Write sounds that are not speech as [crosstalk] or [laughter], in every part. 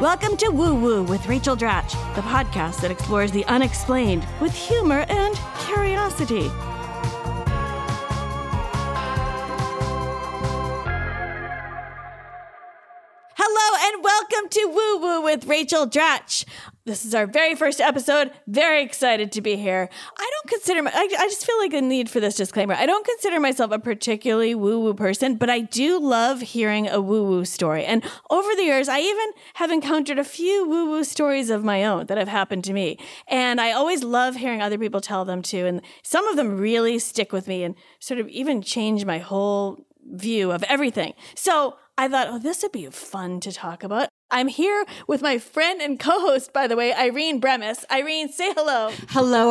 Welcome to Woo Woo with Rachel Dratch, the podcast that explores the unexplained with humor and curiosity. Hello and welcome to Woo Woo with Rachel Dratch. This is our very first episode. Very excited to be here. I don't consider my, I, I just feel like a need for this disclaimer. I don't consider myself a particularly woo woo person, but I do love hearing a woo woo story. And over the years, I even have encountered a few woo woo stories of my own that have happened to me. And I always love hearing other people tell them too. And some of them really stick with me and sort of even change my whole view of everything. So I thought, oh, this would be fun to talk about. I'm here with my friend and co host, by the way, Irene Bremis. Irene, say hello. Hello,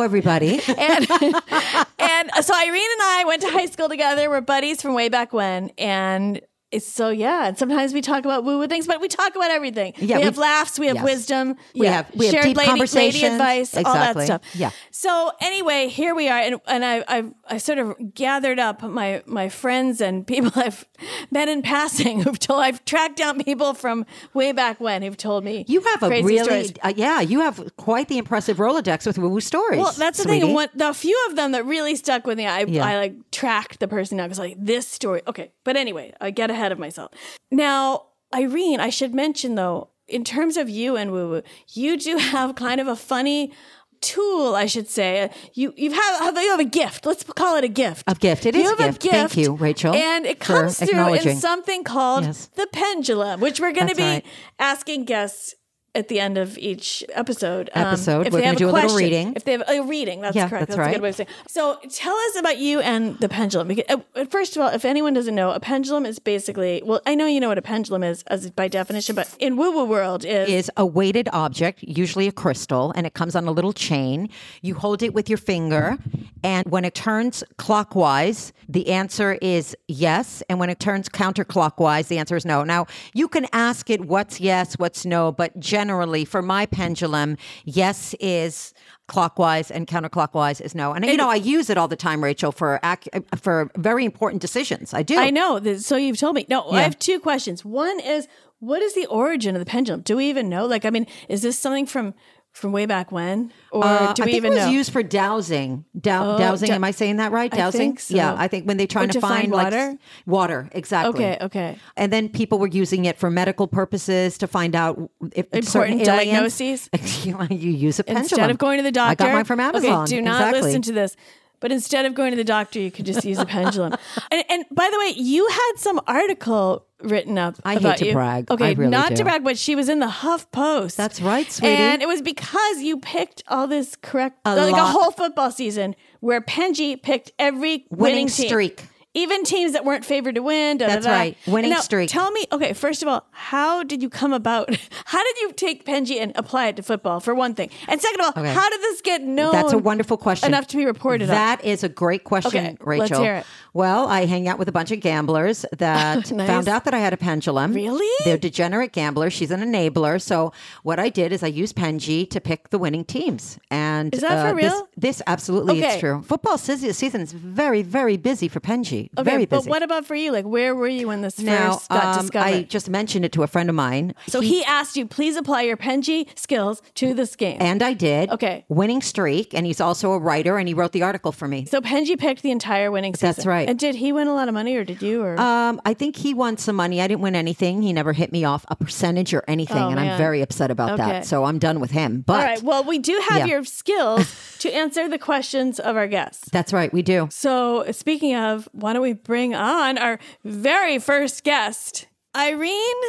[laughs] everybody. And, and so Irene and I went to high school together. We're buddies from way back when. And it's so, yeah. And sometimes we talk about woo woo things, but we talk about everything. Yeah, we we- have laughs, we have yes. wisdom, We yeah, have- we have shared deep lady, lady conversations. advice, all that Exactly. stuff. Yeah. So anyway, here we are, and, and I, I've I sort of gathered up my my friends and people [laughs] I've met in passing [laughs] who've told I've tracked down people from way back when who've told me You have a crazy stories. really, uh, yeah, you have quite the impressive Rolodex with woo woo stories. Well, that's the sweetie. thing. One, the few of them that really stuck with me, I, Yeah. I like tracked the person down because like this story. Okay, but anyway, I get ahead of myself. Now, Irene, I should mention though, in terms of you and Woo Woo, you do have kind of a funny tool, I should say. You you have, have you have a gift. Let's call it a gift. A gift. It you is a have gift. Thank you, Rachel, And it for comes through in acknowledging. something called Yes. the pendulum, which we're going to That's be right. asking guests. At the end of each episode, um, Episode, if we're they gonna have do a little question, reading. If they have a reading, that's Yeah, correct. That's, that's a right. good way of saying. So, tell us about you and the pendulum. Because, uh, uh, first of all, if anyone doesn't know, a pendulum is basically well, I know you know what a pendulum is as by definition, but in woo woo world is, is a weighted object, usually a crystal, and it comes on a little chain. You hold it with your finger, and when it turns clockwise, the answer is yes. And when it turns counterclockwise, the answer is no. Now, you can ask it what's yes, what's no, but generally for my pendulum, yes is clockwise and counterclockwise is no. And, you know, I use it all the time, Rachel, for ac- uh, for very important decisions. I do. I know. This, so you've told me. No, I have two questions. One is, what is the origin of the pendulum? Do we even know? Like, I mean, is this something from from way back when, or Uh, do I we think even it was know? used for dowsing. Dow- dowsing. dou- am I saying that right? I Dowsing. think so. Yeah, I think when they're trying Or to, to find like, water? s- water, exactly. okay, okay. And then people were using it for medical purposes to find out if certain Important aliens- diagnoses? [laughs] you you use a pendulum Instead of going to the doctor, I got mine from Amazon. Okay, do not Exactly. listen to this. But instead of going to the doctor, you could just use a [laughs] pendulum. And, and by the way, you had some article written up. I hate about to you. brag. Okay, I really not to do. brag, but she was in the Huff Post. That's right, sweetie. And it was because you picked all this correct, A like a lot. whole football season where Penji picked every winning, Winning team. streak. Even teams that weren't favored to win. da, da, That's da. right. Winning Now, streak. Tell me, okay, first of all, how did you come about? [laughs] How did you take Penji and apply it to football, for one thing? And second of all, Okay. how did this get known? That's a wonderful question. Oh, Enough to be reported on. That is a great question, Okay, Rachel. let's hear it. Well, I hang out with a bunch of [laughs] gamblers that Nice. found out that I had a pendulum. Really? They're degenerate gamblers. She's an enabler. So what I did is I used Penji to pick the winning teams. And uh, Is that for this- real? This, absolutely Okay. is true. Football se- season is very, very busy for Penji. Okay, very but busy. what about for you? Like, where were you when this now, first got um, discovered? I just mentioned it to a friend of mine. so he asked you, please apply your Penji skills to this game. and I did. Okay. Winning streak. And he's also a writer and he wrote the article for me. So Penji picked the entire winning season. That's right. And did he win a lot of money, or did you? Or Um, I think he won some money. I didn't win anything. He never hit me off a percentage or anything, and Oh, man. I'm very upset about Okay. that. So I'm done with him. But all right. Well, we do have yeah. your skills [laughs] to answer the questions of our guests. that's right, we do. So speaking of, why don't we bring on our very first guest, Irene?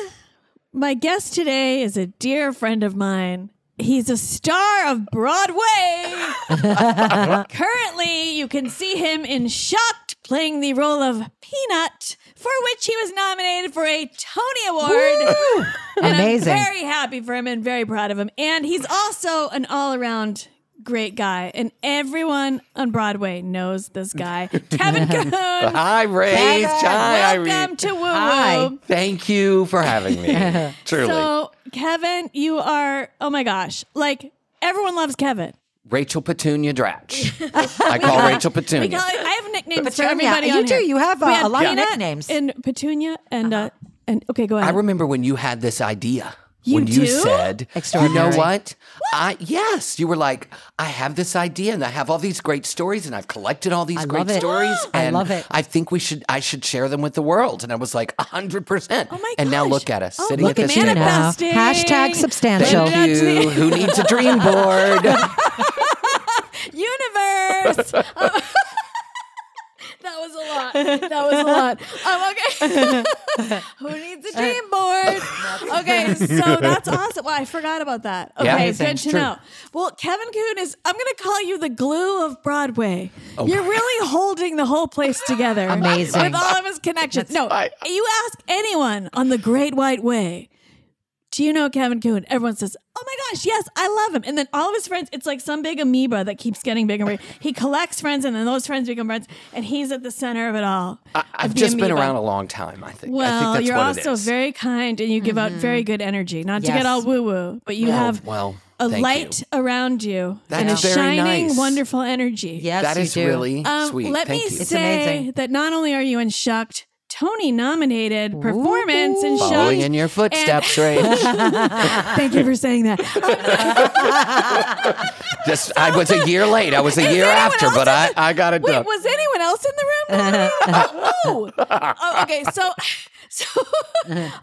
My guest today is a dear friend of mine. He's a star of Broadway. Currently, you can see him in Shocked playing the role of Peanut, for which he was nominated for a Tony Award. And Amazing. I'm [laughs] very happy for him and very proud of him. And he's also an all around great guy. And everyone on Broadway knows this [laughs] guy, Kevin Cahoon. Hi, Ray. Hi, Welcome Irene. to Woo Woo. Hi. Thank you for having me. Truly. So, Kevin, you are, oh my gosh, like everyone loves Kevin. Rachel Petunia Dratch. I call Rachel Petunia. We call it, I have nicknames Petunia. for everybody. You on do. here. You have, We uh, had a lot of Peanut nicknames. And Petunia and, uh, and okay, go Uh-huh. I ahead. remember when you had this idea. when do? you said, you know Extraordinary. what? I yes, you were like, I have this idea and I have all these great stories and I've collected all these I great love it. stories I and love it. I think we should I should share them with the world. And I was like, hundred percent. Oh my And now gosh. look at us Oh, sitting Look at at this you table. now. Manifesting. Hashtag substantial. Manifest- Thank you. Who needs a dream board? universe. [laughs] Oh. [laughs] that was a lot. That was a lot. Um, okay. [laughs] Who needs a dream board? Okay, so that's awesome. Well, I forgot about that. Yeah. Okay, Amazing. good to True. know. Well, Kevin Kuhn is, I'm going to call you the glue of Broadway. Oh You're really holding the whole place together. Amazing. With all of his connections. No, I- you ask anyone on the Great White Way. Do you know Kevin Kuhn? Everyone says, Oh my gosh, yes, I love him. And then all of his friends, it's like some big amoeba that keeps getting bigger. and bigger. He collects friends and then those friends become friends. And he's at the center of it all. I, I've of the just been amoeba. around a long time, I think. I think Well, that's you're what it also is. very kind and you give out very good energy. Not to Mm-hmm. Yes. get all woo woo, but you Oh, have well, a thank you. light around you and a That's very shining, nice. wonderful energy. Yes, That you is do. really Um, sweet. Let Thank me you. say amazing. that not only are you in Shucked, Tony nominated performance in Shucked. Following in your footsteps, Rach. [laughs] Thank you for saying that. [laughs] Just I was a year late. I was a Is year anyone after, else but in I, the- I got it Wait, done. was anyone else in the room? [laughs] nominated? Oh, no. Oh, okay, so, [laughs] so,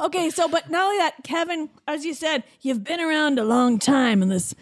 okay, so, but not only that, Kevin, as you said, you've been around a long time in this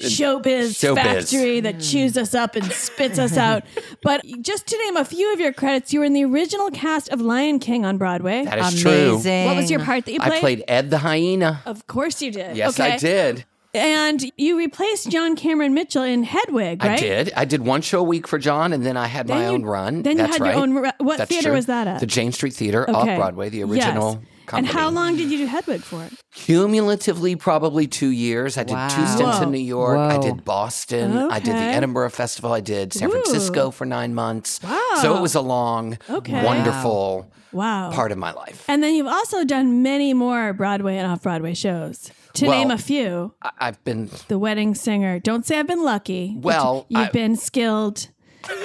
showbiz, Showbiz. Mm. factory that chews us up and spits [laughs] us out. But just to name a few of your credits, you were in the original cast of Lion King on Broadway. that is true. Amazing. What was your part that you played? I played Ed the hyena. Of course you did. Yes, okay. I did. And you replaced John Cameron Mitchell in Hedwig, right? I did. I did one show a week for John, and then I had my you- own run. then you That's had your right. own ru- what That's theater true. was that at? The Jane Street Theater Okay. off Broadway, the Yes. original And company. how long did you do Hedwig for? Cumulatively, probably two years. I did Wow. two stints Whoa. in New York. I Whoa. did Boston. I did the Okay. Edinburgh Festival. I did San Ooh. Francisco for nine months. So Wow. it was a long, Okay. wonderful Wow. part of my life. And then you've also done many more Broadway and off Broadway shows. To Well- name a few I- I've [laughs] been The Wedding Singer. Don't say I've been lucky. but Well, you've I- been [laughs] skilled.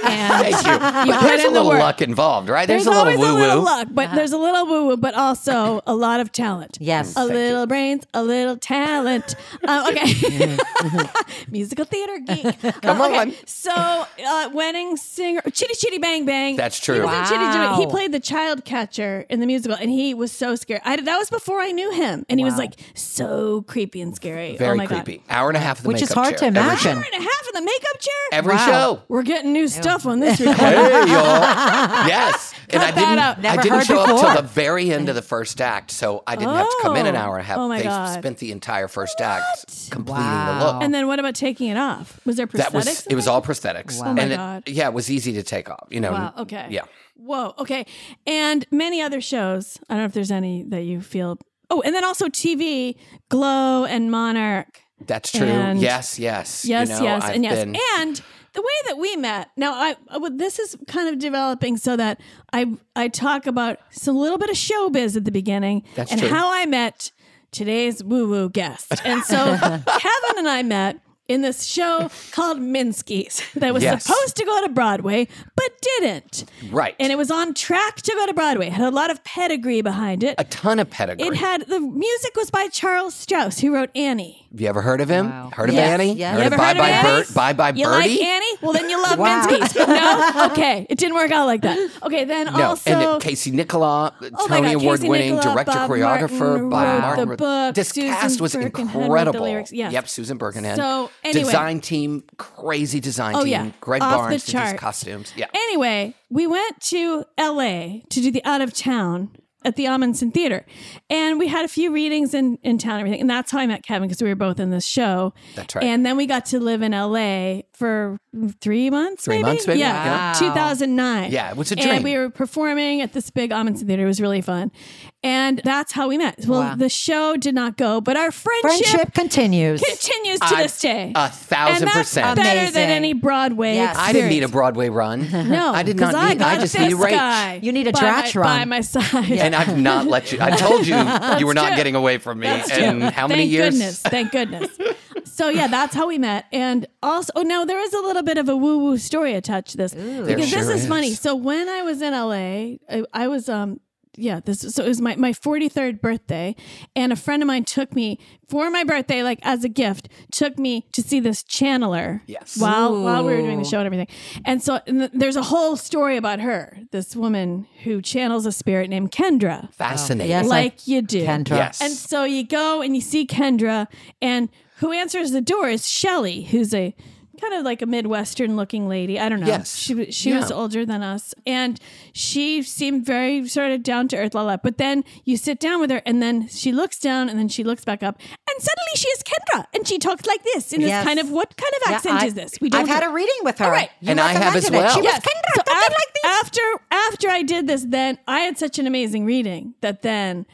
And Thank you. But put there's a in the little work. luck involved, right? There's, a always little a woo little woo. luck, but there's a little woo woo, but also a lot of talent. Yes. a Thank little brains, a little [laughs] talent. Um, okay, [laughs] musical theater geek. Um, Come okay. on. So, uh, wedding singer, Chitty Chitty Bang Bang. That's He, true. was in Chitty Chitty- Wow. he played the child catcher in the musical, and he was so scared. I, that was before I knew him, and he was like so creepy and scary. oh Very my creepy. god, Hour and a half of the Which is makeup hard chair. to Every imagine. hour and a half in the makeup chair. Every Wow. show. We're getting new stuff on this recording. Hey, y'all. [laughs] Yes. and I that didn't, out. I Never didn't heard show before. up till the very end of the first act, so I didn't have to come in an hour and a half. Oh, my they God. spent the entire first act completing the look. And then what about taking it off? Was there prosthetics? that was in it was there? all prosthetics. Wow. Oh, And my it- God. yeah, it was easy to take off, you know. Wow. Okay. Yeah. Whoa. Okay. And many other shows. I don't know if there's any that you feel. Oh, and then also TV, Glow and Monarch. That's true. And- yes, yes. Yes, you know, yes, I've and yes. Been, And the way that we met. Now, I I would- this is kind of developing so that I I talk about some little bit of showbiz at the beginning That's and true. how I met today's woo woo guest. And so [laughs] Kevin and I met. In this show called Minsky's that was Yes. supposed to go to Broadway, but didn't. right. And it was on track to go to Broadway. It had a lot of pedigree behind it. a ton of pedigree. It had the music was by Charles Strauss, who wrote Annie. Have you ever heard of him? Wow. Heard of Yes, Annie? yes. Heard You of ever Bye heard of Bye Annie? Bird? Bye Bye You Birdie? like Annie? Well, then you love Wow. Minsky's. No, okay, it didn't work out like that. Okay, then No, also. and then Casey Nicola, Oh my Tony God, Casey Award winning Nicola, director, Bob Martin choreographer, Bob wrote Martin. the wrote- book, This Susan cast was Birkenhead wrote the incredible. lyrics, yes. Yep, Susan Birkenhead. So, anyway. Design team, crazy design Oh, team. yeah. Greg Off the Barnes did charts. these costumes. Yeah. Anyway, we went to LA to do the out of town at the Amundsen Theater. And we had a few readings in, in town and everything. And that's how I met Kevin because we were both in this show. That's right. And then we got to live in LA for three months. Three maybe? months, maybe? Yeah. Wow. 2009. Yeah, it was a And dream. we were performing at this big Amundsen Theater. It was really fun. And that's how we met. Well, Wow. the show did not go, but our friendship, Friendship continues. continues to I- this day. a thousand and that's percent. better than Amazing. any Broadway. Yes. I didn't experience. need a Broadway run. [laughs] No, I did 'cause not I need. I, got just this needed Rach. guy You need a by Dratch my, run. by my side. And I've not let you. I [laughs] told you you were not true. getting away from me. That's and true. how many thank years? Goodness, thank goodness. So yeah, that's how we met. And also, oh no, there is a little bit of a woo woo story attached to this because There this sure is, funny. is. So when I was in LA, I, I was um yeah, this was, so it was my, my 43rd birthday. And a friend of mine took me for my birthday, like as a gift, took me to see this channeler. Yes. While, while we were doing the Ooh. show and everything. And so and th- there's a whole story about her, this woman who channels a spirit named Kendra. Fascinating. Yes, I- Like you do. Kendra. Yes. And so you go and you see Kendra, and who answers the door is Shelly, who's a kind of like a Midwestern looking lady. I don't know. Yes. She, wa- she was Yeah. older than us, and she seemed very sort of down to earth, la la. But then you sit down with her, and then she looks down, and then she looks back up, and suddenly she is Kendra, and she talks like this in Yes. this kind of what kind of Yeah, accent I- is this? We don't I've had know. a reading with her. right. You And I have as recommended it. well. She was Yes. Kendra, So something af- like this. After after I did this, then I had such an amazing reading that then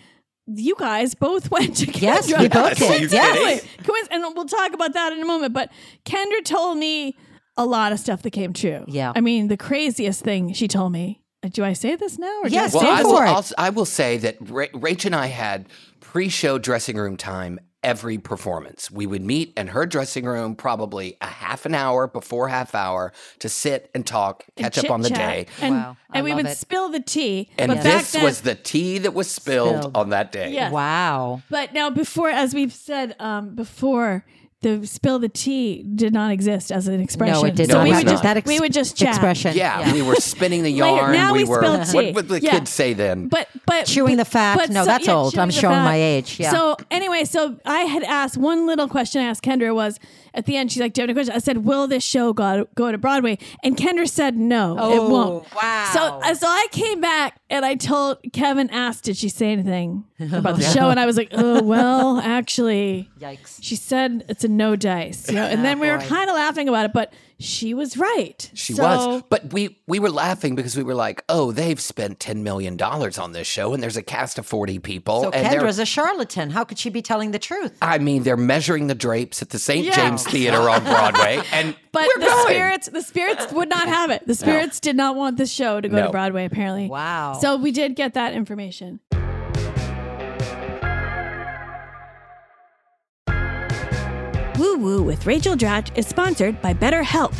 you guys both [laughs] went to Kendra. Yes, we both did. Yes, you Yes. Coincidentally. Coinc- and we'll talk about that in a moment. But Kendra told me a lot of stuff that came true. Yeah. I mean, the craziest thing she told me. uh, Do I say this now? Or do I Yes, say- Well, Stand I for will, it. I'll, I will say that Ra- Rach and I had pre-show dressing room time every performance. We would meet in her dressing room probably a half an hour before half hour to sit and talk, catch up on the chit-chat. day. And, Wow, I and we love would it. spill the tea. And but back this then, was the tea that was spilled, Spilled. on that day. Yeah. Wow. But now, before, as we've said um, before, the spill the tea did not exist as an expression. No, it did so not. We That's would not. just, that ex- we would just chat. expression. Yeah, we were spinning the [laughs] Later, yarn. now we were spilled tea. [laughs] what would the Yeah. kids say then? But but Chewing but- the fat. but No, that's old. chewing I'm the showing fat. my age. Yeah. So anyway, so I had asked one little question. I asked Kendra was at the end. She's like, "Do you have any questions?" I said, "Will this show go go to Broadway?" And Kendra said, "No, it won't." Oh, wow. So uh, so I came back and I told Kevin asked, "Did she say [laughs] anything about the show?" And I was like, "Oh well, [laughs] actually." Yikes. Oh, She said it's a no dice, you know, and then we [laughs] were boy. kind of laughing about it, but she was right. She So- was. But we we were laughing because we were like, oh, they've spent $10 million on this show and there's a cast of 40 people. So and they're- Kendra's a charlatan. How could she be telling [laughs] the truth? I mean, they're measuring the drapes at the St. Yeah. James Theater on [laughs] Broadway. And But we're the going. spirits, the spirits would not have it. The spirits did not want this show to go to No. Broadway. Apparently, Wow. So we did get that information. Woo Woo with Rachel Dratch is sponsored by BetterHelp.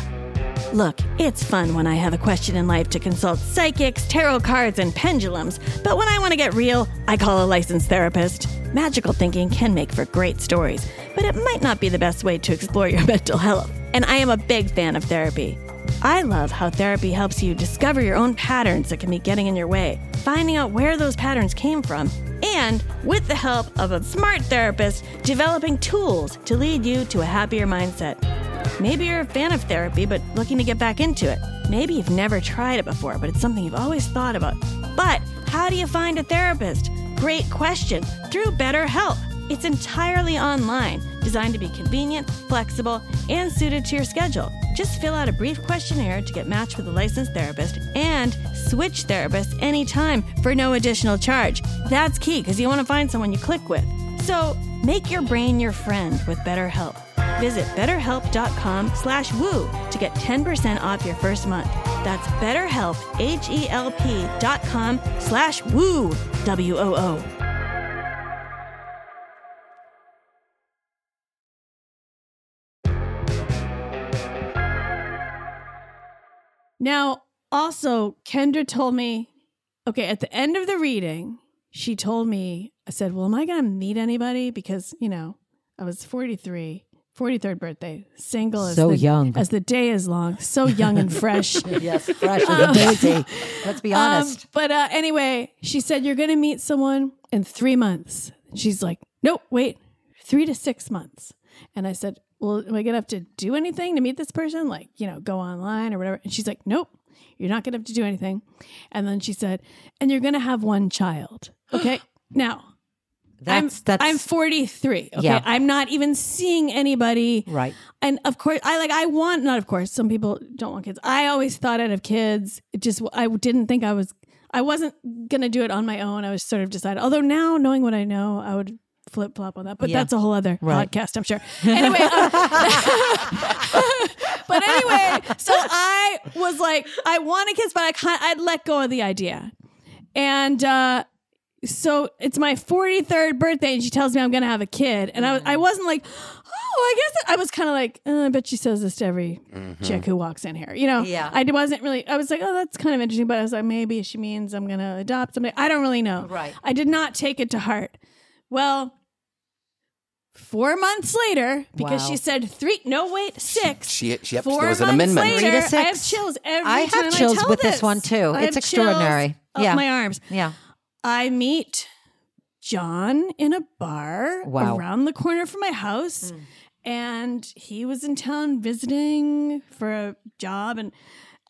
Look, it's fun when I have a question in life to consult psychics, tarot cards, and pendulums, but when I want to get real, I call a licensed therapist. Magical thinking can make for great stories, but it might not be the best way to explore your [laughs] mental health, and I am a big fan of therapy. I love how therapy helps you discover your own patterns that can be getting in your way, finding out where those patterns came from, and with the help of a smart therapist, developing tools to lead you to a happier mindset. Maybe you're a fan of therapy but looking to get back into it. Maybe you've never tried it before, but it's something you've always thought about. But how do you find a therapist? Great question. Through BetterHelp. It's entirely online, designed to be convenient, flexible, and suited to your schedule. Just fill out a brief questionnaire to get matched with a licensed therapist and switch therapists anytime for no additional charge. That's key because you want to find someone you click with. So make your brain your friend with BetterHelp. Visit betterhelp.com slash woo to get 10% off your first month. That's betterhelp, E H-E-L-P dot com slash woo, W-O-O. Now, also, Kendra told me, okay, at the end of the reading, she told me, I said, well, am I going to meet anybody? Because you know, I was 43. 43rd birthday, single as So the- young. as the day is long, so young and [laughs] fresh. Yes, fresh and dainty. Um, Let's be Um, honest. but uh, anyway, she said, You're going to meet someone in three months. She's like, Nope, wait, three to six months. And I said, Well, am I going to have to do anything to meet this person? Like, you know, go online or whatever. And she's like, Nope, you're not going to have to do anything. And then she said, And you're going to have one [gasps] child. Okay. now, that's I'm, that's I'm 43. Okay. Yeah. I'm not even seeing anybody. Right. And of course, I like, I want, not of course, some people don't want kids. I always thought I'd have kids. It just, I didn't think I was, I wasn't going to do it on my own. I was sort of decided. Although now, knowing what I know, I would flip flop on that. But Yeah. that's a whole other Right. podcast, I'm sure. Anyway. um, [laughs] but anyway, so I was like, I want a kids, but I can't, I'd let go of the idea. And, uh, Mm-hmm. so it's my 43rd birthday and she tells me I'm going to have a kid. And I, I wasn't like, oh, I guess I was kind of like, uh, I bet she says this to every Mm-hmm. chick who walks in here. You know, Yeah. I wasn't really. I was like, oh, that's kind of interesting, but I was like, maybe she means I'm going to adopt somebody. I don't really know. Right. I did not take it to heart. Well, four months later, because Wow. she said three. No, wait, six. She- she- yep, four there was an months amendment. Later, Three to I have six. chills every I have time chills tell with this one, too. I It's have chills extraordinary. Up Yeah. my arms. Yeah. I meet John in a bar Wow. around the corner from my house. And he was in town visiting for a job. And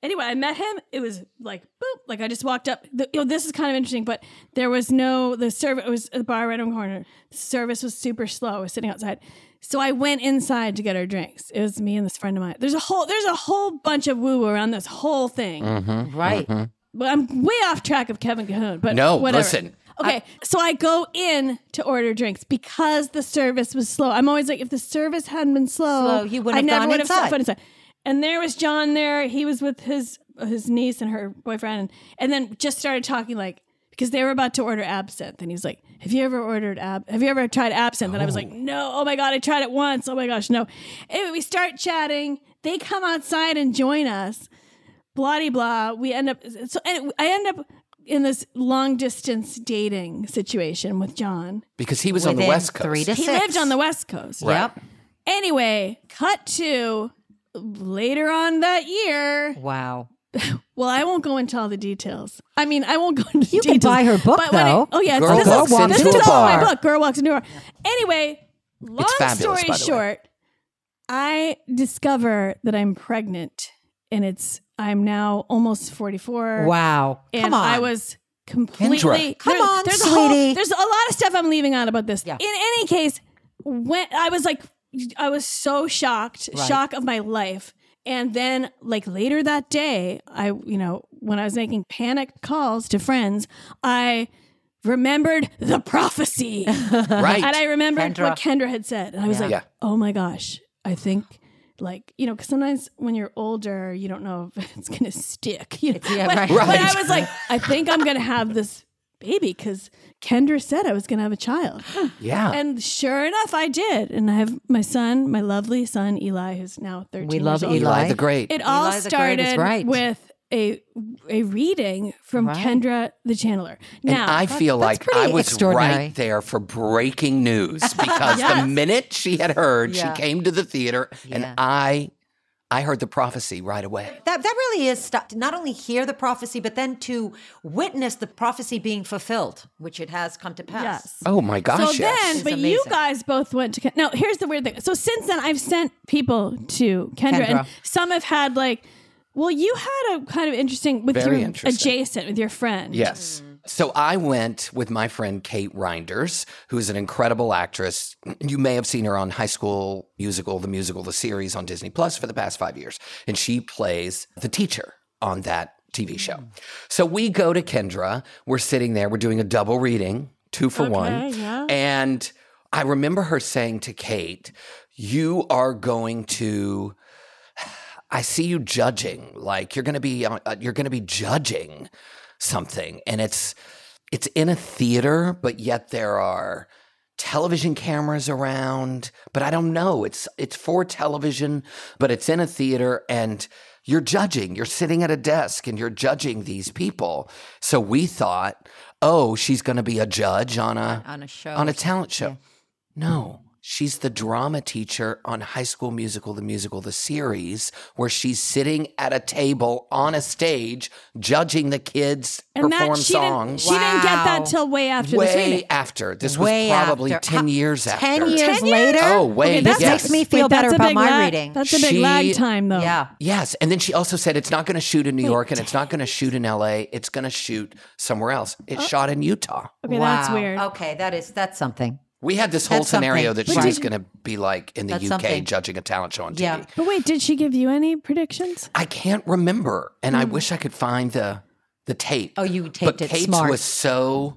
anyway, I met him. It was like, boop, like I just walked up. The, you know, this is kind of interesting, but there was no, the service it was at the bar right on the corner. The service was super slow. I was sitting outside. So I went inside to get our drinks. It was me and this friend of mine. There's a whole, there's a whole bunch of woo woo around this whole thing. Mm-hmm. Right. But I'm way off track of Kevin Cahoon. But No, whatever. listen. Okay, so I go in to order drinks because the service was slow. I'm always like, if the service hadn't been slow, Slow, you Oh, wouldn't I have never gone would have inside. stepped foot inside. And there was John there. He was with his his niece and her boyfriend, and, then just started talking like because they were about to order absinthe, and he was like, "Have you ever ordered ab? Have you ever tried absinthe?" And I was like, "No, oh my god, I tried it once. Oh my gosh, no." Anyway, we start chatting. They come outside and join us blah de blah. We end up so and I end up in this long distance dating situation with John. because he was on the Within West Coast. three to He six. lived on the West Coast. Right. Yep. Anyway, cut to later on that year. Wow. Well, I won't go into all the details. I mean, I won't go into You can details, buy her book, but when I- though. oh yeah, Girl this Walks is, Into this a is all in Bar. my book. Girl walks into a bar. Anyway, long fabulous, by the story way. short, I discover that I'm pregnant, and it's I'm now almost Er, 44. Wow. and Come on. I was completely. Come there's- on, there's A sweetie. whole, there's a lot of stuff I'm leaving out about this. Yeah. In any case, when I was like, I was so shocked, Right. shock of my life. And then, like later that day, I, you know, when I was making panicked calls to friends, I remembered the [laughs] prophecy. Right. And I remembered Kendra. what Kendra had said. And I was like, Yeah. oh my gosh, I think like, you know, because sometimes when you're older, you don't know if [laughs] it's going to stick. You know? yeah, but, right. but Right. I was like, I think I'm going to have this baby because Kendra said I was going to have a child. yeah. And sure enough, I did. And I have my son, my lovely son, Eli, who's now 13 We love years old. Eli, Eli. the Great. It all the Great is started right. with a a reading from Right. Kendra the Channeler. and Now, I feel that's like I pretty was extraordinary. right there for breaking [laughs] news because the Yes. minute she had heard, Yeah. she came to the theater Yeah. and I I heard the prophecy right away. That, that really is stuff. To not only hear the prophecy, but then to witness the prophecy being fulfilled, which it has come to pass. yes. Oh my gosh. So yes. then, It's but you amazing. guys both went to Ken- now. Here's the weird thing. So since then, I've sent people to Kendra, Kendra. and some have had like, well, you had a kind of interesting with Very your interesting. adjacent with your friend. Yes. So I went with my friend Kate Reinders, who is an incredible actress. You may have seen her on High School Musical, the musical, the series on Disney Plus for the past five years. And she plays the teacher on that TV show. So we go to Kendra. We're sitting there, we're doing a double reading, two for one. yeah. And I remember her saying to Kate, You are going to I see you judging. Like you're going to be uh, you're going to be judging something and it's it's in a theater but yet there are television cameras around but I don't know. It's it's for television but it's in a theater and you're judging. You're sitting at a desk and you're judging these people. So we thought, "Oh, she's going to be a judge on a On a show. on a talent show. No, she's the drama teacher on High School Musical, the musical, the series, where she's sitting at a table on a stage judging the kids and perform that she didn't songs. she didn't get Wow. that till way after this way reading. after this Way was probably after. ten How- years after. 10 years 10 years? later. Oh wait, Okay, that yes. makes me feel Wait, that's better a about big my lag- reading. That's a big lag She- time though. yeah. Yes. And then she also said it's not going to shoot in New York and it's not going to shoot in LA. It's going to shoot somewhere else. Oh. It shot in Utah. Okay, wow. Oh. that's weird. Okay, that is that's something. We had this whole That's something. scenario that But she did was you- going to be like in the That's UK something. judging a talent show on TV. Yeah. But wait, did she give you any predictions? I can't remember, and I wish I could find the the tape. Hmm. Oh, you taped but it. Kate's Smart. was so,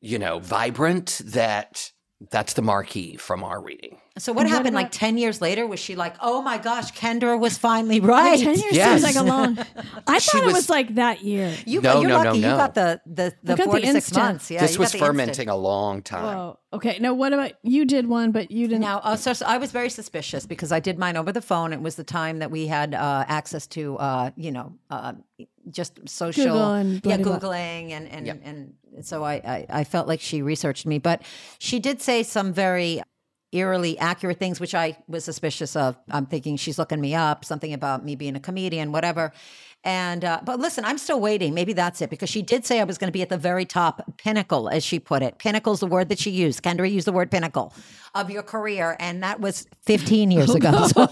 you know, vibrant that that's the marquee from our reading. So what happened like 10 years later? Was she like, oh my gosh, Kendra was finally right? Ten years Yes. seems like a [laughs] long. I thought it was- was like that year. You, No, you're no, no, lucky. no. You got the, the, the got four the to six instant. months. Yeah, this you was got the instant. fermenting a long time. Oh, okay. Now what about you? Did one, but you didn't. Now, uh, so, so I was very suspicious because I did mine over the phone. It was the time that we had uh, access to, uh, you know, uh, just social, Google and yeah, bloody blah. googling, and and and so I, I I felt like she researched me, but she did say some very eerily accurate things, which I was suspicious of. I'm thinking she's looking me up, something about me being a comedian, whatever. And uh, but listen, I'm still waiting. Maybe that's it because she did say I was going to be at the very top pinnacle, as she put it. Pinnacle's the word that she used. Kendra used the word pinnacle of your career, and that was 15 [laughs] years ago. [laughs] So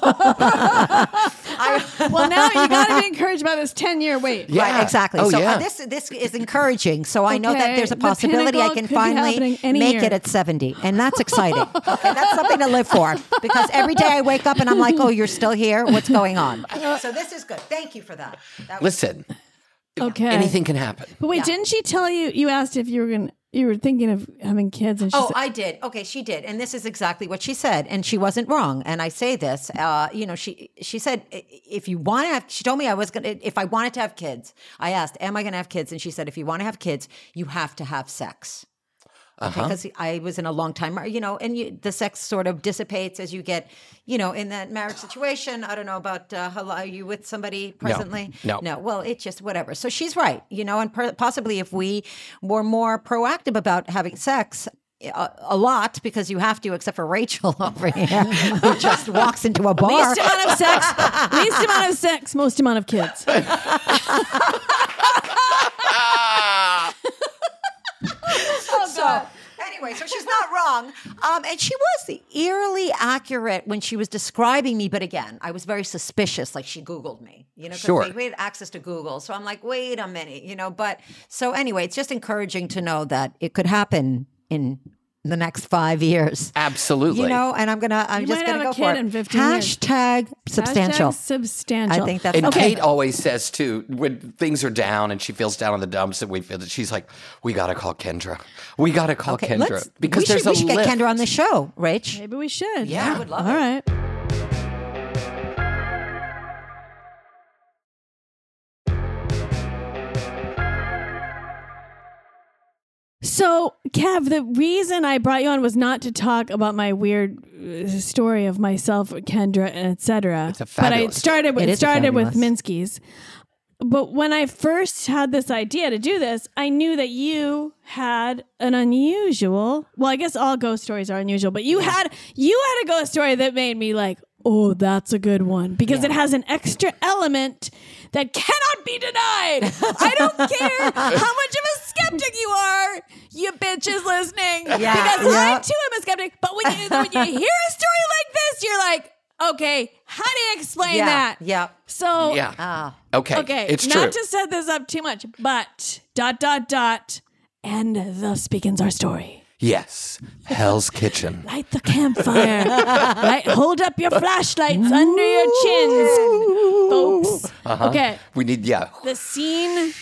I, well, now you got to [laughs] be encouraged by this ten year wait. Yeah. Right, exactly. Oh, so uh, yeah. this this is encouraging. So I know that Okay, there's a the possibility I pinnacle can could be finally happening any make year. it at 70, and that's [laughs] exciting. okay, that's something to live for because every day I wake up and I'm like, "Oh, you're still here? What's [laughs] going on?" Uh, So this is good. Thank you for that. that was- Listen, Okay. anything can happen. But wait, didn't she tell you? You asked if you were going. to You were thinking of having kids, and she Oh, said, I did. Okay, she did, and this is exactly what she said, and she wasn't wrong. And I say this, uh, you know, she she said "I- if you want to have, she told me I was gonna if I wanted to have kids. I asked, am I gonna have kids? And she said, if you want to have kids, you have to have sex. Uh-huh. Because I was in a long time, you know, and you, the sex sort of dissipates as you get, you know, in that marriage situation. I don't know about uh, hello, are you with somebody presently? No. no. Well, it just whatever. So she's right, you know, and per- possibly if we were more proactive about having sex. A, a lot because you have to, except for Rachel [laughs] over here, who just walks into [laughs] a bar. least amount of sex, [laughs] least amount of sex, most amount of kids. Oh, So anyway, so she's not wrong, um, and she was eerily accurate when she was describing me. But again, I was very suspicious. Like she Googled me, you know, 'cause Sure. we, we had access to Google, so I'm like, wait a minute, you know. But so anyway, it's just encouraging to know that it could happen in the next five years. [laughs] Absolutely. You know, and I'm gonna, I'm You just might gonna have go a for kid it. in 15 years. Hashtag substantial. Hashtag substantial. I think that's and okay. Kate always says too, when things are down and she feels down in the dumps and we feel that she's like, we gotta call Kendra. We gotta call Okay, Kendra let's- because we there's should, a we should lift. get Kendra on the show, Rach. Maybe we should. Yeah. I would love All it. right. So, Kev, the reason I brought you on was not to talk about my weird uh, story of myself, Kendra, and etc. a But I fabulous started with It it is a started with fabulous. Minsky's. But when I first had this idea to do this, I knew that you had an unusual. Well, I guess all ghost stories are unusual, but you had you had a ghost story that made me like, "Oh, that's a good one" because it has an extra element that cannot be denied. [laughs] I don't care how much of a skeptic you are, you bitches listening. Yeah, because I yeah. too am a skeptic. But when you when [laughs] you hear a story like this, you're like, "Okay, how do you explain yeah, that?" yeah. So Yeah. Ah. okay. Okay, It's true. not to set this up too much, but dot dot dot, and thus begins our story. yes. Hell's Kitchen. Light the [laughs] campfire. Light, hold up your flashlights under your chins, folks. Okay, We need yeah. the scene,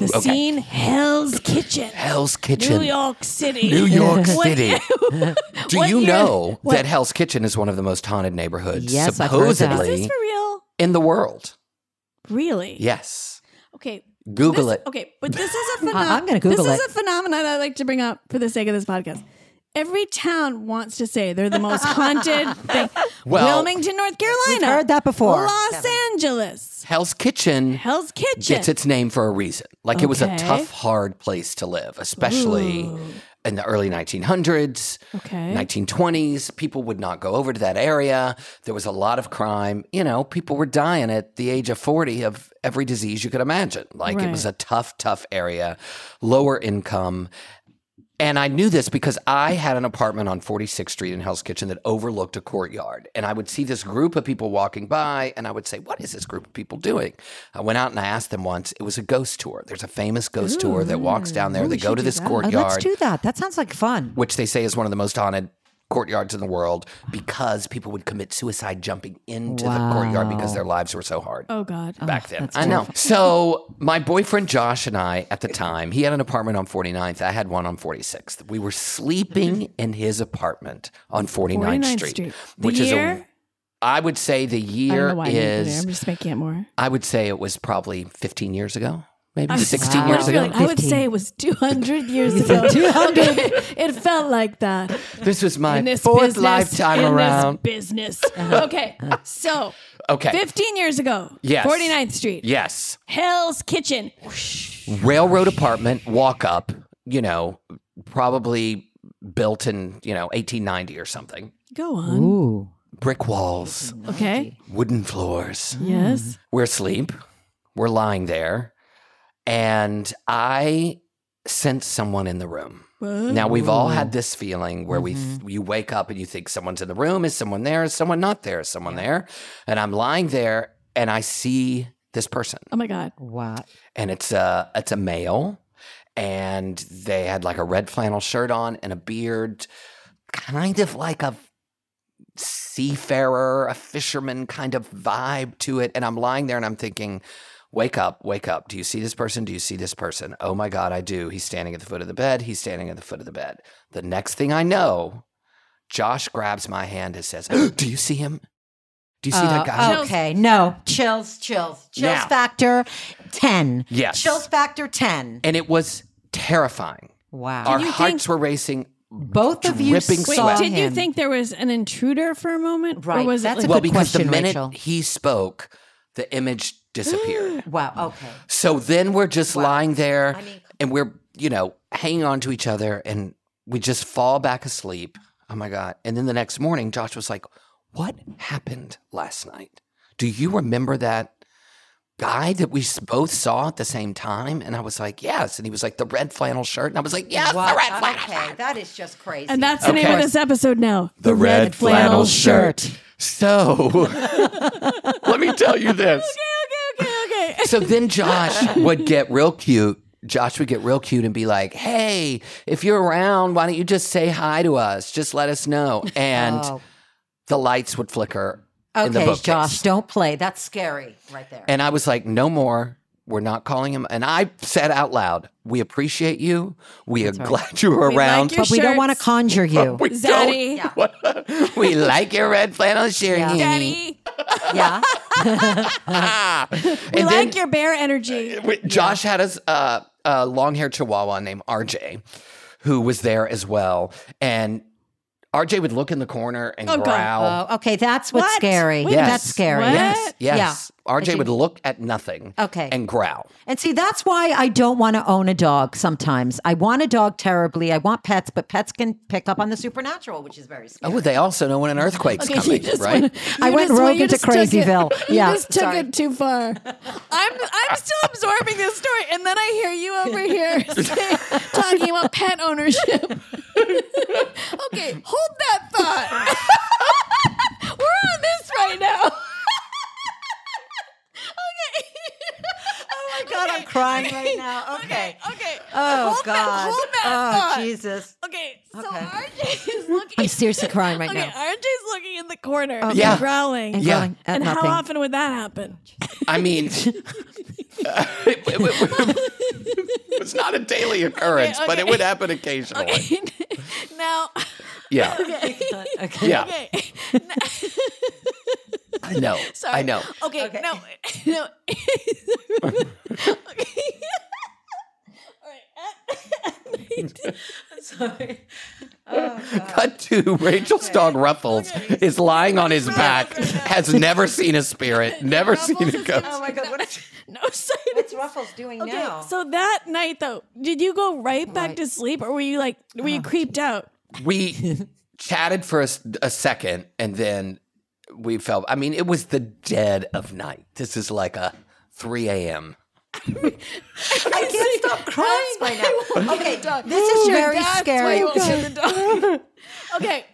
the Uh-huh. Okay. scene, Hell's Kitchen, Hell's Kitchen. New York City, New York [laughs] [laughs] What- City. [laughs] Do what you year- know what- that Hell's Kitchen is one of the most haunted neighborhoods Yes, I've heard that. Is this supposedly for real? in the world? Really? Yes. Okay. Google This- it. Okay, but this is [laughs] a I- phenomenon. I'm gonna Google This it. is a phenomenon I like to bring up for the sake of this podcast. Every town wants to say they're the most [laughs] haunted thing. Well- Wilmington, North Carolina. heard that before, Los Kevin. Angeles. Hell's Kitchen Hell's Kitchen. gets its name for a reason. Like it was a Okay. tough, hard place to live, especially in the early 1900s, Okay. 1920s. People would not go over to that area. There was a lot of crime. You know, people were dying at the age of 40 of every disease you could imagine. Like it Right. was a tough, tough area, lower income. And I knew this because I had an apartment on 46th Street in Hell's Kitchen that overlooked a courtyard. And I would see this group of people walking by, and I would say, What is this group of people doing? I went out and I asked them once. It was a ghost tour. There's a famous ghost tour that walks down there. they go to this Oh, courtyard, let's do that. That sounds like fun. which they say is one of the most haunted courtyards in the world because people would commit suicide jumping into the courtyard because their lives were so hard Oh God. back then. I know. So my boyfriend Josh and I at the time, he had an apartment on 49th. I had one on 46th. We were sleeping in his apartment on 49th, 49th Street, Mm-hmm. Street. The which is a year? I would say the I don't year know why I need to do that. is I'm just making it more. I would say it was probably 15 years ago, maybe I'm 16 Wow. years I, ago. like, I would 15. say it was [laughs] 200 years ago. 200. it felt like that. This was my In this fourth business, lifetime in this around. business. Okay. So Okay. 15 years ago, Yes. 49th Street, Yes. Hell's Kitchen. railroad apartment walk up, you know, probably built in, you know, 1890 or something. Go Mm. on. Ooh. Brick walls, Mm-hmm. Okay. wooden floors. Yes. We're asleep. We're lying there. And I sense someone in the room. Hmm. Now we've all had this feeling where we th- you wake up and you think someone's in the room. Is someone there? Is someone not there? Is someone there? And I'm lying there and I see this person. Oh my God. Wow. and it's a it's a male, and they had like a red flannel shirt on and a beard, kind of like a seafarer, a fisherman kind of vibe to it. And I'm lying there and I'm thinking, wake up, wake up. Do you see this person? Do you see this person? Oh my God, I do. He's standing at the foot of the bed. He's standing at the foot of the bed. The next thing I know, Josh grabs my hand and says, [gasps] Do you see him? Do you see that guy? oh. Uh, okay. No. Chills, chills. Chills Now. factor 10. Yes. Chills factor 10. And it was terrifying. Wow. Our you think- hearts were racing. Both of you dripping saw sweat. Wait, Did you him. think there was an intruder for a moment? Or Right. was it That's a like, Well, good because the question, minute Rachel. he spoke, the image [gasps] disappeared. Wow. Okay. so then we're just lying there I mean- and we're, you know, hanging on to each other and we just fall back asleep. Oh my God. And then the next morning, Josh was like, What happened last night? Do you remember that guy that we s- both saw at the same time? And I was like, Yes. And he was like, The red flannel shirt. And I was like, Yes, Wow. the red flannel shirt. Okay. That is just crazy. and that's the name of Okay. this episode now. The red flannel shirt. So [laughs] let me tell you this. Okay, okay, okay. So then Josh would get real cute. Josh would get real cute and be like, hey, if you're around, why don't you just say hi to us? Just let us know. And Oh. the lights would flicker in the Okay, bookcase. Josh, don't play. That's scary right there. And I was like, no more. We're not calling him. And I said out loud, we appreciate you. We are glad you were We like around. your but we don't want to shirts. conjure you. [laughs] we, Daddy. don't- [laughs] we like your red flannel shirt. Yeah. Daddy. yeah. [laughs] Ah. We And then- Uh, like your bear energy. Wait, Josh had us uh, a long haired chihuahua named RJ, who was there as well. And RJ would look in the corner and God. growl. Oh, okay. That's what's What? scary. Wait, That's scary. what? Yes. Yes. RJ Did would you- look at nothing Okay. and growl. And see, that's why I don't want to own a dog sometimes. I want a dog terribly. I want pets, but pets can pick up on the supernatural, which is very scary. Oh, they also know when an [laughs] earthquake's coming, right? went- I you went just- rogue you into just took it- Crazyville. [laughs] You Yeah, just took sorry. it too far. I'm I'm [laughs] still absorbing this story, and then I hear you over here say- talking about pet ownership. [laughs] okay, hold that thought. [laughs] We're on this right now. [laughs] okay. oh my God, I'm crying right now. Okay. [laughs] Okay. Oh, hold That, God. hold that oh, thought. Jesus. Okay, so Okay. RJ is looking. I'm seriously crying [laughs] right Okay, now. RJ's looking in the corner, Yeah. growling. And Yeah. growling at and nothing. how often would that happen? [laughs] I mean, [laughs] it was not a daily occurrence, Okay, but it okay. would happen occasionally. now, Yeah. Okay. [laughs] Yeah. okay, I know. I know. okay, no, [laughs] no. okay. [laughs] [laughs] Sorry. Cut to Rachel's dog Ruffles is lying on his back, has never seen [laughs] a spirit, never seen a ghost. Oh, my God. What is, No sight. what's Ruffles doing Okay, now? so that night though, did you go right back Right. Uh-huh. to sleep, or were you like, were you creeped out? We [laughs] chatted for a, s- a second and then we felt, I mean, it was the dead of night. This is like a 3 a.m. I can't stop crying right now. Okay, this is very That's why [laughs] scary. you wanted the dog. okay,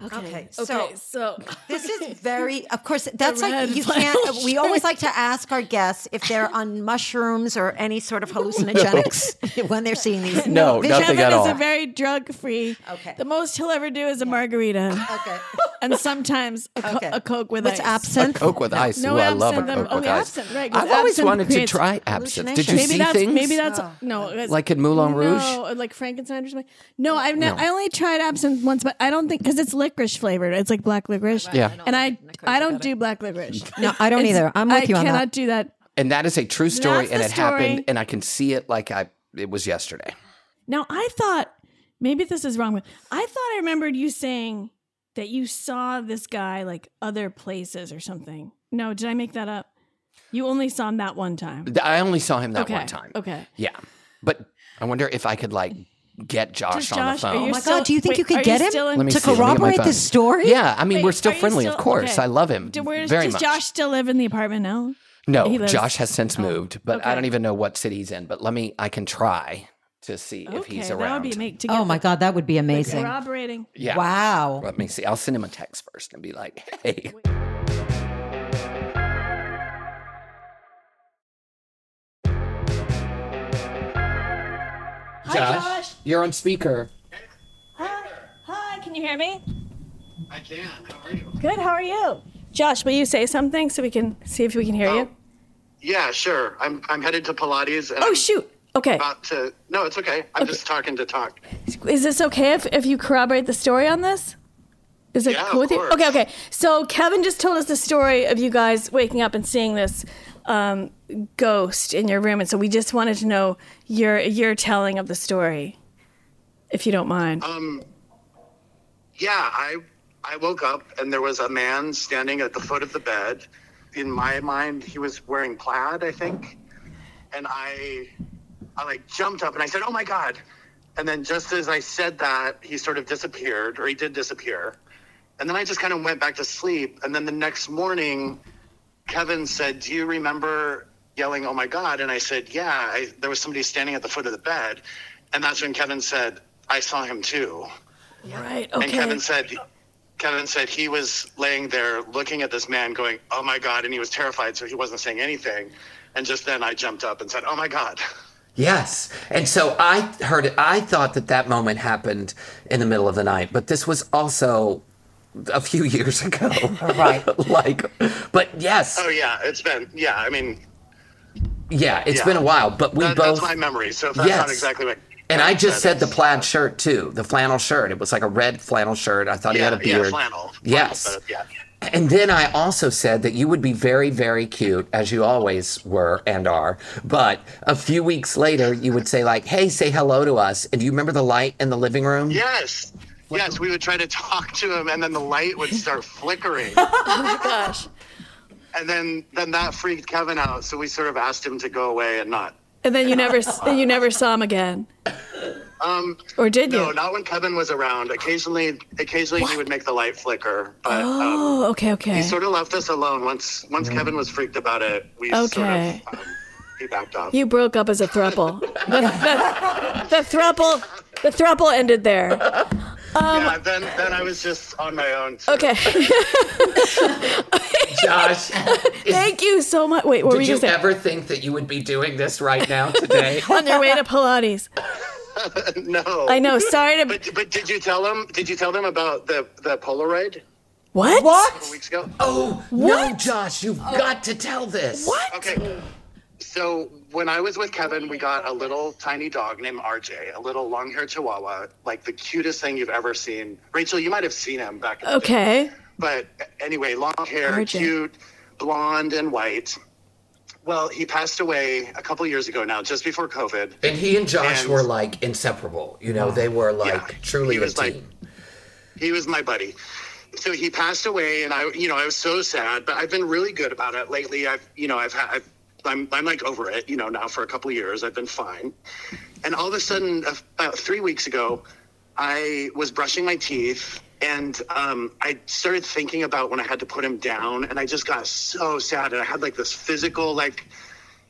Okay. So Okay, [laughs] so this is very, of course, that's red like you flag. can't. We always like to ask our guests if they're [laughs] on mushrooms or any sort of hallucinogenics [laughs] when they're seeing these. No, nothing at Heaven all. is a very drug free. Okay. The most he'll ever do is a margarita, Okay. and sometimes a, co- Okay. a coke with What's ice. absinthe? Oh Coke with ice. no Ooh, I love a absinthe. Coke Oh, with yeah, ice. absinthe, right, 'cause I've always absinthe wanted to creates try absinthe. Did you hallucinations. maybe see that's things? maybe that's Oh. no it's- Like in Moulin Rouge? no, or like Frankenstein or something. No, I've ne- I only tried absinthe once, but I don't think because it's licorice flavored. It's like black licorice. Yeah. I don't and I I don't do black licorice. No, I don't either. I'm with I you on cannot that. do that. and that is a true story, That's and the it happened, story. and I can see it like I it was yesterday. Now I thought maybe this is wrong, but I thought I remembered you saying that you saw this guy like other places or something. No, did I make that up? You only saw him that one time. Th- I only saw him that okay. one time. Okay. Yeah, but I wonder if I could like get Josh, Does on the Josh- are phone. you Oh my still- God, do you think wait, you could are get him? still in- Let me To see, let me get my corroborate phone. the story? yeah, I mean Wait, we're still are you friendly, of still- course. okay. I love him Do- where- very does much. Josh still live in the apartment now? no, he lives- Oh, Josh has since moved, but I okay. don't even know what city he's in. But let me, I can try to see if he's okay, that around. would be make to Oh get my God, that would be amazing. corroborating. yeah. Wow. Let me see. I'll send him a text first and be like, "Hey, Hi, Josh, Josh. you're on speaker." Hi. Hi. Can you hear me? I can. How are you? Good. How are you? Josh, will you say something so we can see if we can hear you? Yeah, sure. I'm I'm headed to Pilates and Oh I'm shoot. Okay. about to No, it's okay. I'm just talking to talk. Is this okay if, if you corroborate the story on this? Is it Yeah, cool with of you? course. Okay, okay. So Kevin just told us the story of you guys waking up and seeing this um, ghost in your room, and so we just wanted to know your your telling of the story, if you don't mind. Um, Yeah, I I woke up and there was a man standing at the foot of the bed. In my mind, he was wearing plaid, I think. And I I like jumped up and I said, "Oh my god." And then just as I said that, he sort of disappeared or he did disappear. And then I just kind of went back to sleep and then the next morning Kevin said, "Do you remember yelling, "Oh my god?" And I said, "Yeah, I, there was somebody standing at the foot of the bed." And that's when Kevin said, "I saw him too." right. And Okay. Kevin said, Kevin said he was laying there looking at this man, going, "Oh my god!" And he was terrified, so he wasn't saying anything. And just then, I jumped up and said, "Oh my god!" [laughs] Yes. And so I heard it. I thought that that moment happened in the middle of the night, but this was also a few [laughs] years ago. Right. [laughs] like, but yes. Oh yeah, it's been yeah. I mean, Yeah, it's Yeah. been a while, but we that, both. that's my memory. So if that's not exactly what. And I just said the it's- plaid shirt too, the flannel shirt. It was like a red flannel shirt. I thought he Yeah, had a beard. yeah, flannel. flannel, Yes. but yeah. And then I also said that you would be very, very cute, as you always were and are. But a few weeks later, you would say like, "Hey, say hello to us." And do you remember the light in the living room? Yes. Yes, we would try to [laughs] talk to him, and then the light would [laughs] start flickering. Oh Gosh. And then, then that freaked Kevin out. So we sort of asked him to go away and not And [laughs] then you never s- then you never saw him again. Um. Or did No, you? not when Kevin was around. Occasionally, occasionally he would make the light flicker, but um, Oh, okay, okay. he sort of left us alone. Once once Kevin was freaked about it, we sort of Okay. um, he backed off. You broke up as a [laughs] thruple. the, the, the thruple, the thruple ended there. yeah, then then I was just on my own. so- Okay, [laughs] Josh, [laughs] thank you so much. Wait, what were did you you gonna say? ever think that you would be doing this right [laughs] now today? On your [laughs] way to Pilates. No. I know. Sorry to. But, but did you tell him? Did you tell them about the the Polaroid What? a couple What? weeks ago? oh no, What? Oh. Josh, you've got to tell this. What? Okay. So when I was with Kevin, we got a little tiny dog named RJ, a little long-haired Chihuahua, like the cutest thing you've ever seen. Rachel, you might have seen him back. In the day. Okay. But anyway, long hair, Gorgeous. cute, blonde and white. Well, he passed away a couple years ago now, just before COVID. And he and Josh And- were like inseparable. You know, they were like Yeah. truly He a was, like, team. He was my buddy. So he passed away, and I, you know, I was so sad. But I've been really good about it lately. I've, you know, I've, had, I've I'm, I'm like over it, you know, now for a couple of years. I've been fine. And all of a sudden, about three weeks ago, I was brushing my teeth, and um, I started thinking about when I had to put him down, and I just got so sad, and I had like this physical, like,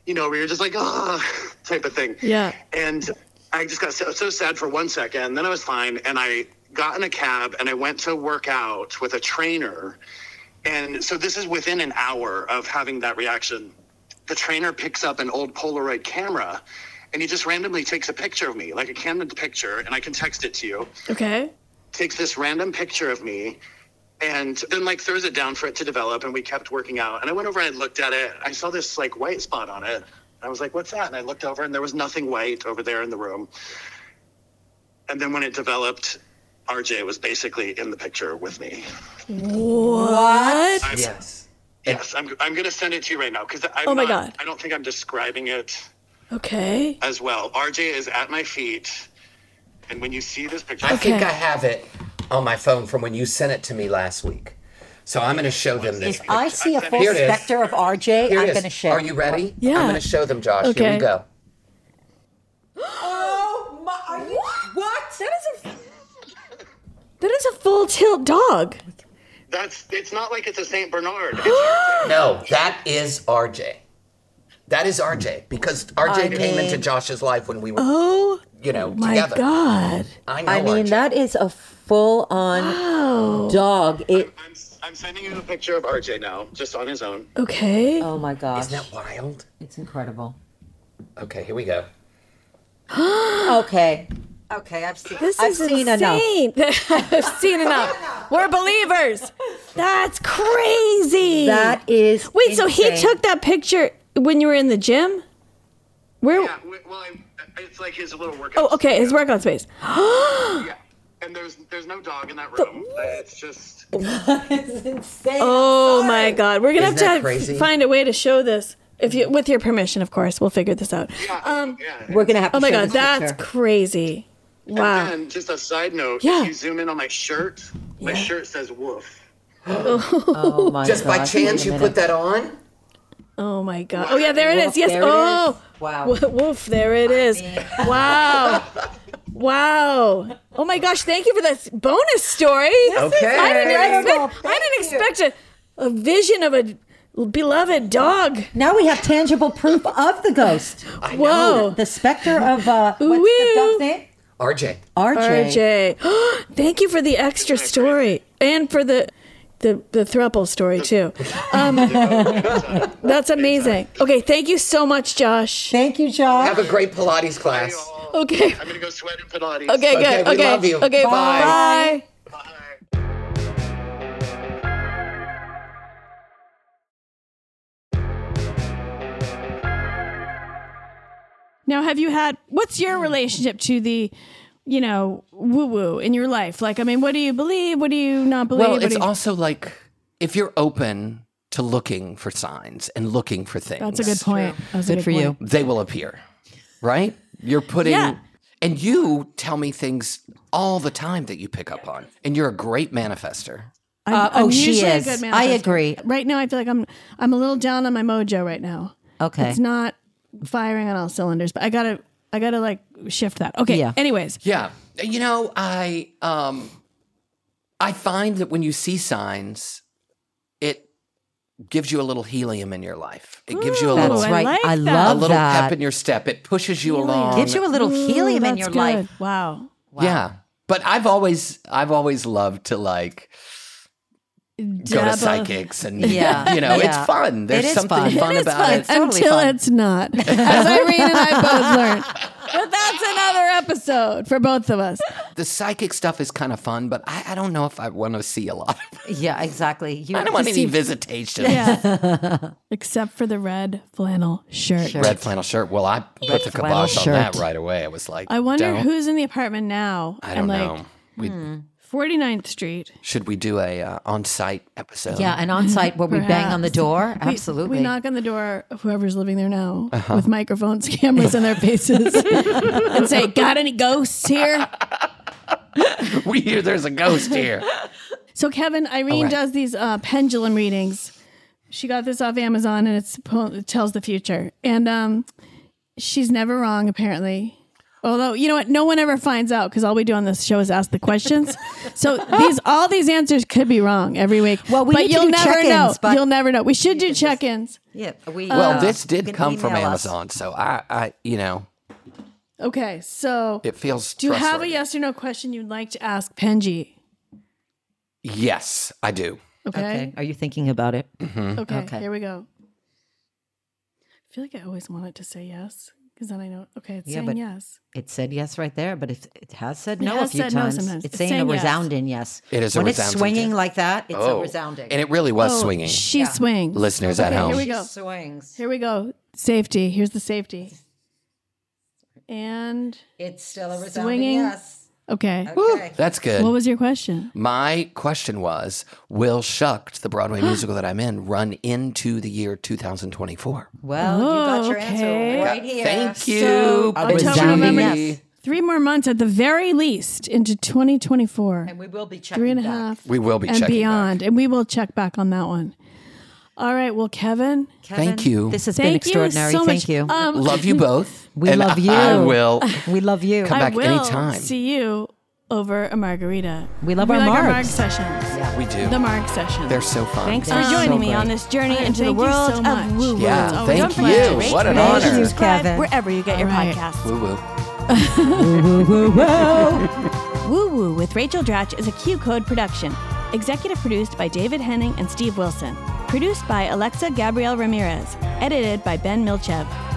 you know, where you're just like, ah, [laughs] type of thing. Yeah. And I just got so, so sad for one second. Then I was fine. And I got in a cab and I went to work out with a trainer. And so this is within an hour of having that reaction. The trainer picks up an old Polaroid camera and he just randomly takes a picture of me, like a candid picture, and I can text it to you. Okay. Takes this random picture of me and then like throws it down for it to develop and we kept working out. And I went over and I looked at it. I saw this like white spot on it. I was like, what's that? And I looked over and there was nothing white over there in the room. And then when it developed, RJ was basically in the picture with me. What? I'm, Yes. Yes, I'm, I'm going to send it to you right now because Oh my God. I don't think I'm describing it Okay. as well. RJ is at my feet. And when you see this picture, I think Okay. I have it on my phone from when you sent it to me last week. So I'm going to show them this. If I picture. see a full Here it is. specter of RJ, Here it I'm is. going to share. Are you ready? I'm Yeah. going to show them, Josh. Here Okay. we go. Oh my! Are you, what? That is a. That is a full tilt dog. that's it's not like it's a Saint [gasps] Bernard. It's No, that is RJ. That is RJ because RJ came into Josh's life when we were, Oh you know, my together. God. I know. I mean, RJ. that is a [gasps] full-on Oh. dog. It. I'm, I'm sending you a picture of RJ now, just on his own. Okay. Oh my gosh! Isn't that wild? It's incredible. Okay, here we go. Okay. Okay, I've seen. This I've is seen enough. insane. [laughs] I've seen enough. We're believers. That's crazy. That is. Wait, so he insane. took that picture when you were in the gym? Where? Yeah, w- well, I, it's like his little workout. Oh, okay, his workout space. Yeah. And there's there's no dog in that room. It's just It's insane. Oh my God, we're gonna Isn't that have to crazy? find a way to show this. If you, with your permission, of course, we'll figure this out. yeah, Um, yeah. We're gonna have to. oh my show God, this that's picture. crazy. Wow. And just a side note, uh, Yeah. if you zoom in on my shirt, my Yeah. shirt says woof. Oh my Just by gosh, wait chance, a you minute. put that on? Oh my god. Oh yeah, there it Woof, is. Yes. there it oh. is. Wow. Wo- Woof, there it is. Wow. wow. Oh my gosh, thank you for this bonus story. Okay. I didn't incredible. expect, I didn't expect a, a vision of a beloved dog. Now we have tangible proof of the ghost. Oh. Whoa. The specter of uh, what's the Ooh-wee. dog's name? RJ. RJ. RJ. [gasps] thank you for the extra story and for the the the thruple [laughs] story too. Um, that's amazing. Okay, thank you so much, Josh. Thank you, Josh. Have a great Pilates class. [laughs] Okay. I'm gonna go sweat in Pilates. Okay, good. Okay, Okay. we love you. Okay, Bye. bye. Bye. Now, have you had what's Mm. your relationship to the, you know, woo woo in your life? Like, I mean, what do you believe? What do you not believe? Well, What it's do you- also like if you're open to looking for signs and looking for things. that's a good point. That's a good, for you. point. they will appear, right? You're putting, Yeah. and you tell me things all the time that you pick up on, and you're a great manifester. I'm, Uh, I'm oh, she usually a is. good man. I agree. Right now, I feel like I'm I'm a little down on my mojo right now. Okay. It's not firing on all cylinders, but I gotta I gotta like shift that. Okay. Yeah. Anyways, Yeah, you know, I um, I find that when you see signs, it gives you a little helium in your life. It gives you a That's little, I That's right. like I that. a love little that. pep in your step. It pushes you along. Gives you a little helium in that's your good. life. Wow. yeah. But I've always, I've always loved to like go to Dabba. psychics and Yeah. [laughs] you know Yeah. it's fun. There's is something fun. fun, It is about fun. it. It's totally Until fun. it's not, [laughs] as Irene and I both learned. But that's another episode for both of us. the psychic stuff is kind of fun, but I, I don't know if I want to see a lot. Of it. Yeah, exactly. [laughs] You I don't want any visitation. Yeah. Except for the red flannel shirt. Red flannel shirt. Well, I put the flannel kibosh on that shirt. right away. I was like, I wonder don't- who's in the apartment now. I don't I'm know. like hmm. we, 49th Street. Should we do a uh, on-site episode? Yeah, and on site where we bang on the Perhaps. door. We- Absolutely. Uh-huh. We, knock on the door of whoever's living there now with microphones, [laughs] cameras in their [laughs] faces and say, Got any ghosts here? [laughs] we hear there's a [laughs] ghost here. So, Kevin, Irene right. does these uh, pendulum readings. She got this off Amazon and it's, it tells the future. And um, she's never wrong, apparently. Although, you know what? No one ever finds out because all we do on this show is ask the [laughs] questions. so these all these answers could be wrong every week. Well, we but need to you'll do never check-ins, know. but- you'll never know. We should do check ins. yeah, we, Well, uh, this you did can come from email us. Amazon, so I, I, you know, Okay, so It feels. do you have a trustworthy. yes or no question you'd like to ask Penji? Yes, I do. Okay. Are you thinking about it? Okay. Mm-hmm. Okay. Here we go. I feel like I always wanted to say yes because then I know. Okay, it's Yeah, saying but- yes. It said yes right there, but if it has said It no has a few said no times, sometimes. it's, It's saying, saying a yes. resounding yes. It is a when it's resounding swinging yes. like that. It's Oh, a resounding. And it really was Oh, swinging. She swings. Listeners at Okay, home. Here we go. swings. Here we go. Safety. Here's the safety. And It's still a resounding Swinging. yes. okay. Woo, that's good. What was your question? My question was Will Shucked, [gasps] the Broadway musical that I'm in, run into the year 2024? Well, you got your Okay. answer right here. Thank you. So, until A we resounding remember, yes. three more months at the very least into 2024, And we will be checking three and a back. half, We will be and checking beyond, and we will check back on that one. All right. Well, Kevin, Kevin, Thank you. This has been thank you extraordinary. so thank much. you. Um, Love you both. [laughs] We and love I you. will [laughs] we love you. come back I will anytime. See you over a margarita. We love our like our marg margs. sessions. We do. The marg session. They're so fun. Thanks Um, for joining me so on great. this journey Alright, into the thank you world so much. of woo woo. Yeah, Oh, thank Don't forget to you. rate, What an review, and honor. subscribe Kevin. Wherever you get your Alright. podcasts. Woo woo. Woo Woo with Rachel Dratch is a Q Code production. Executive produced by David Henning and Steve Wilson. Produced by Alexa Gabrielle Ramirez. Edited by Ben Milchev.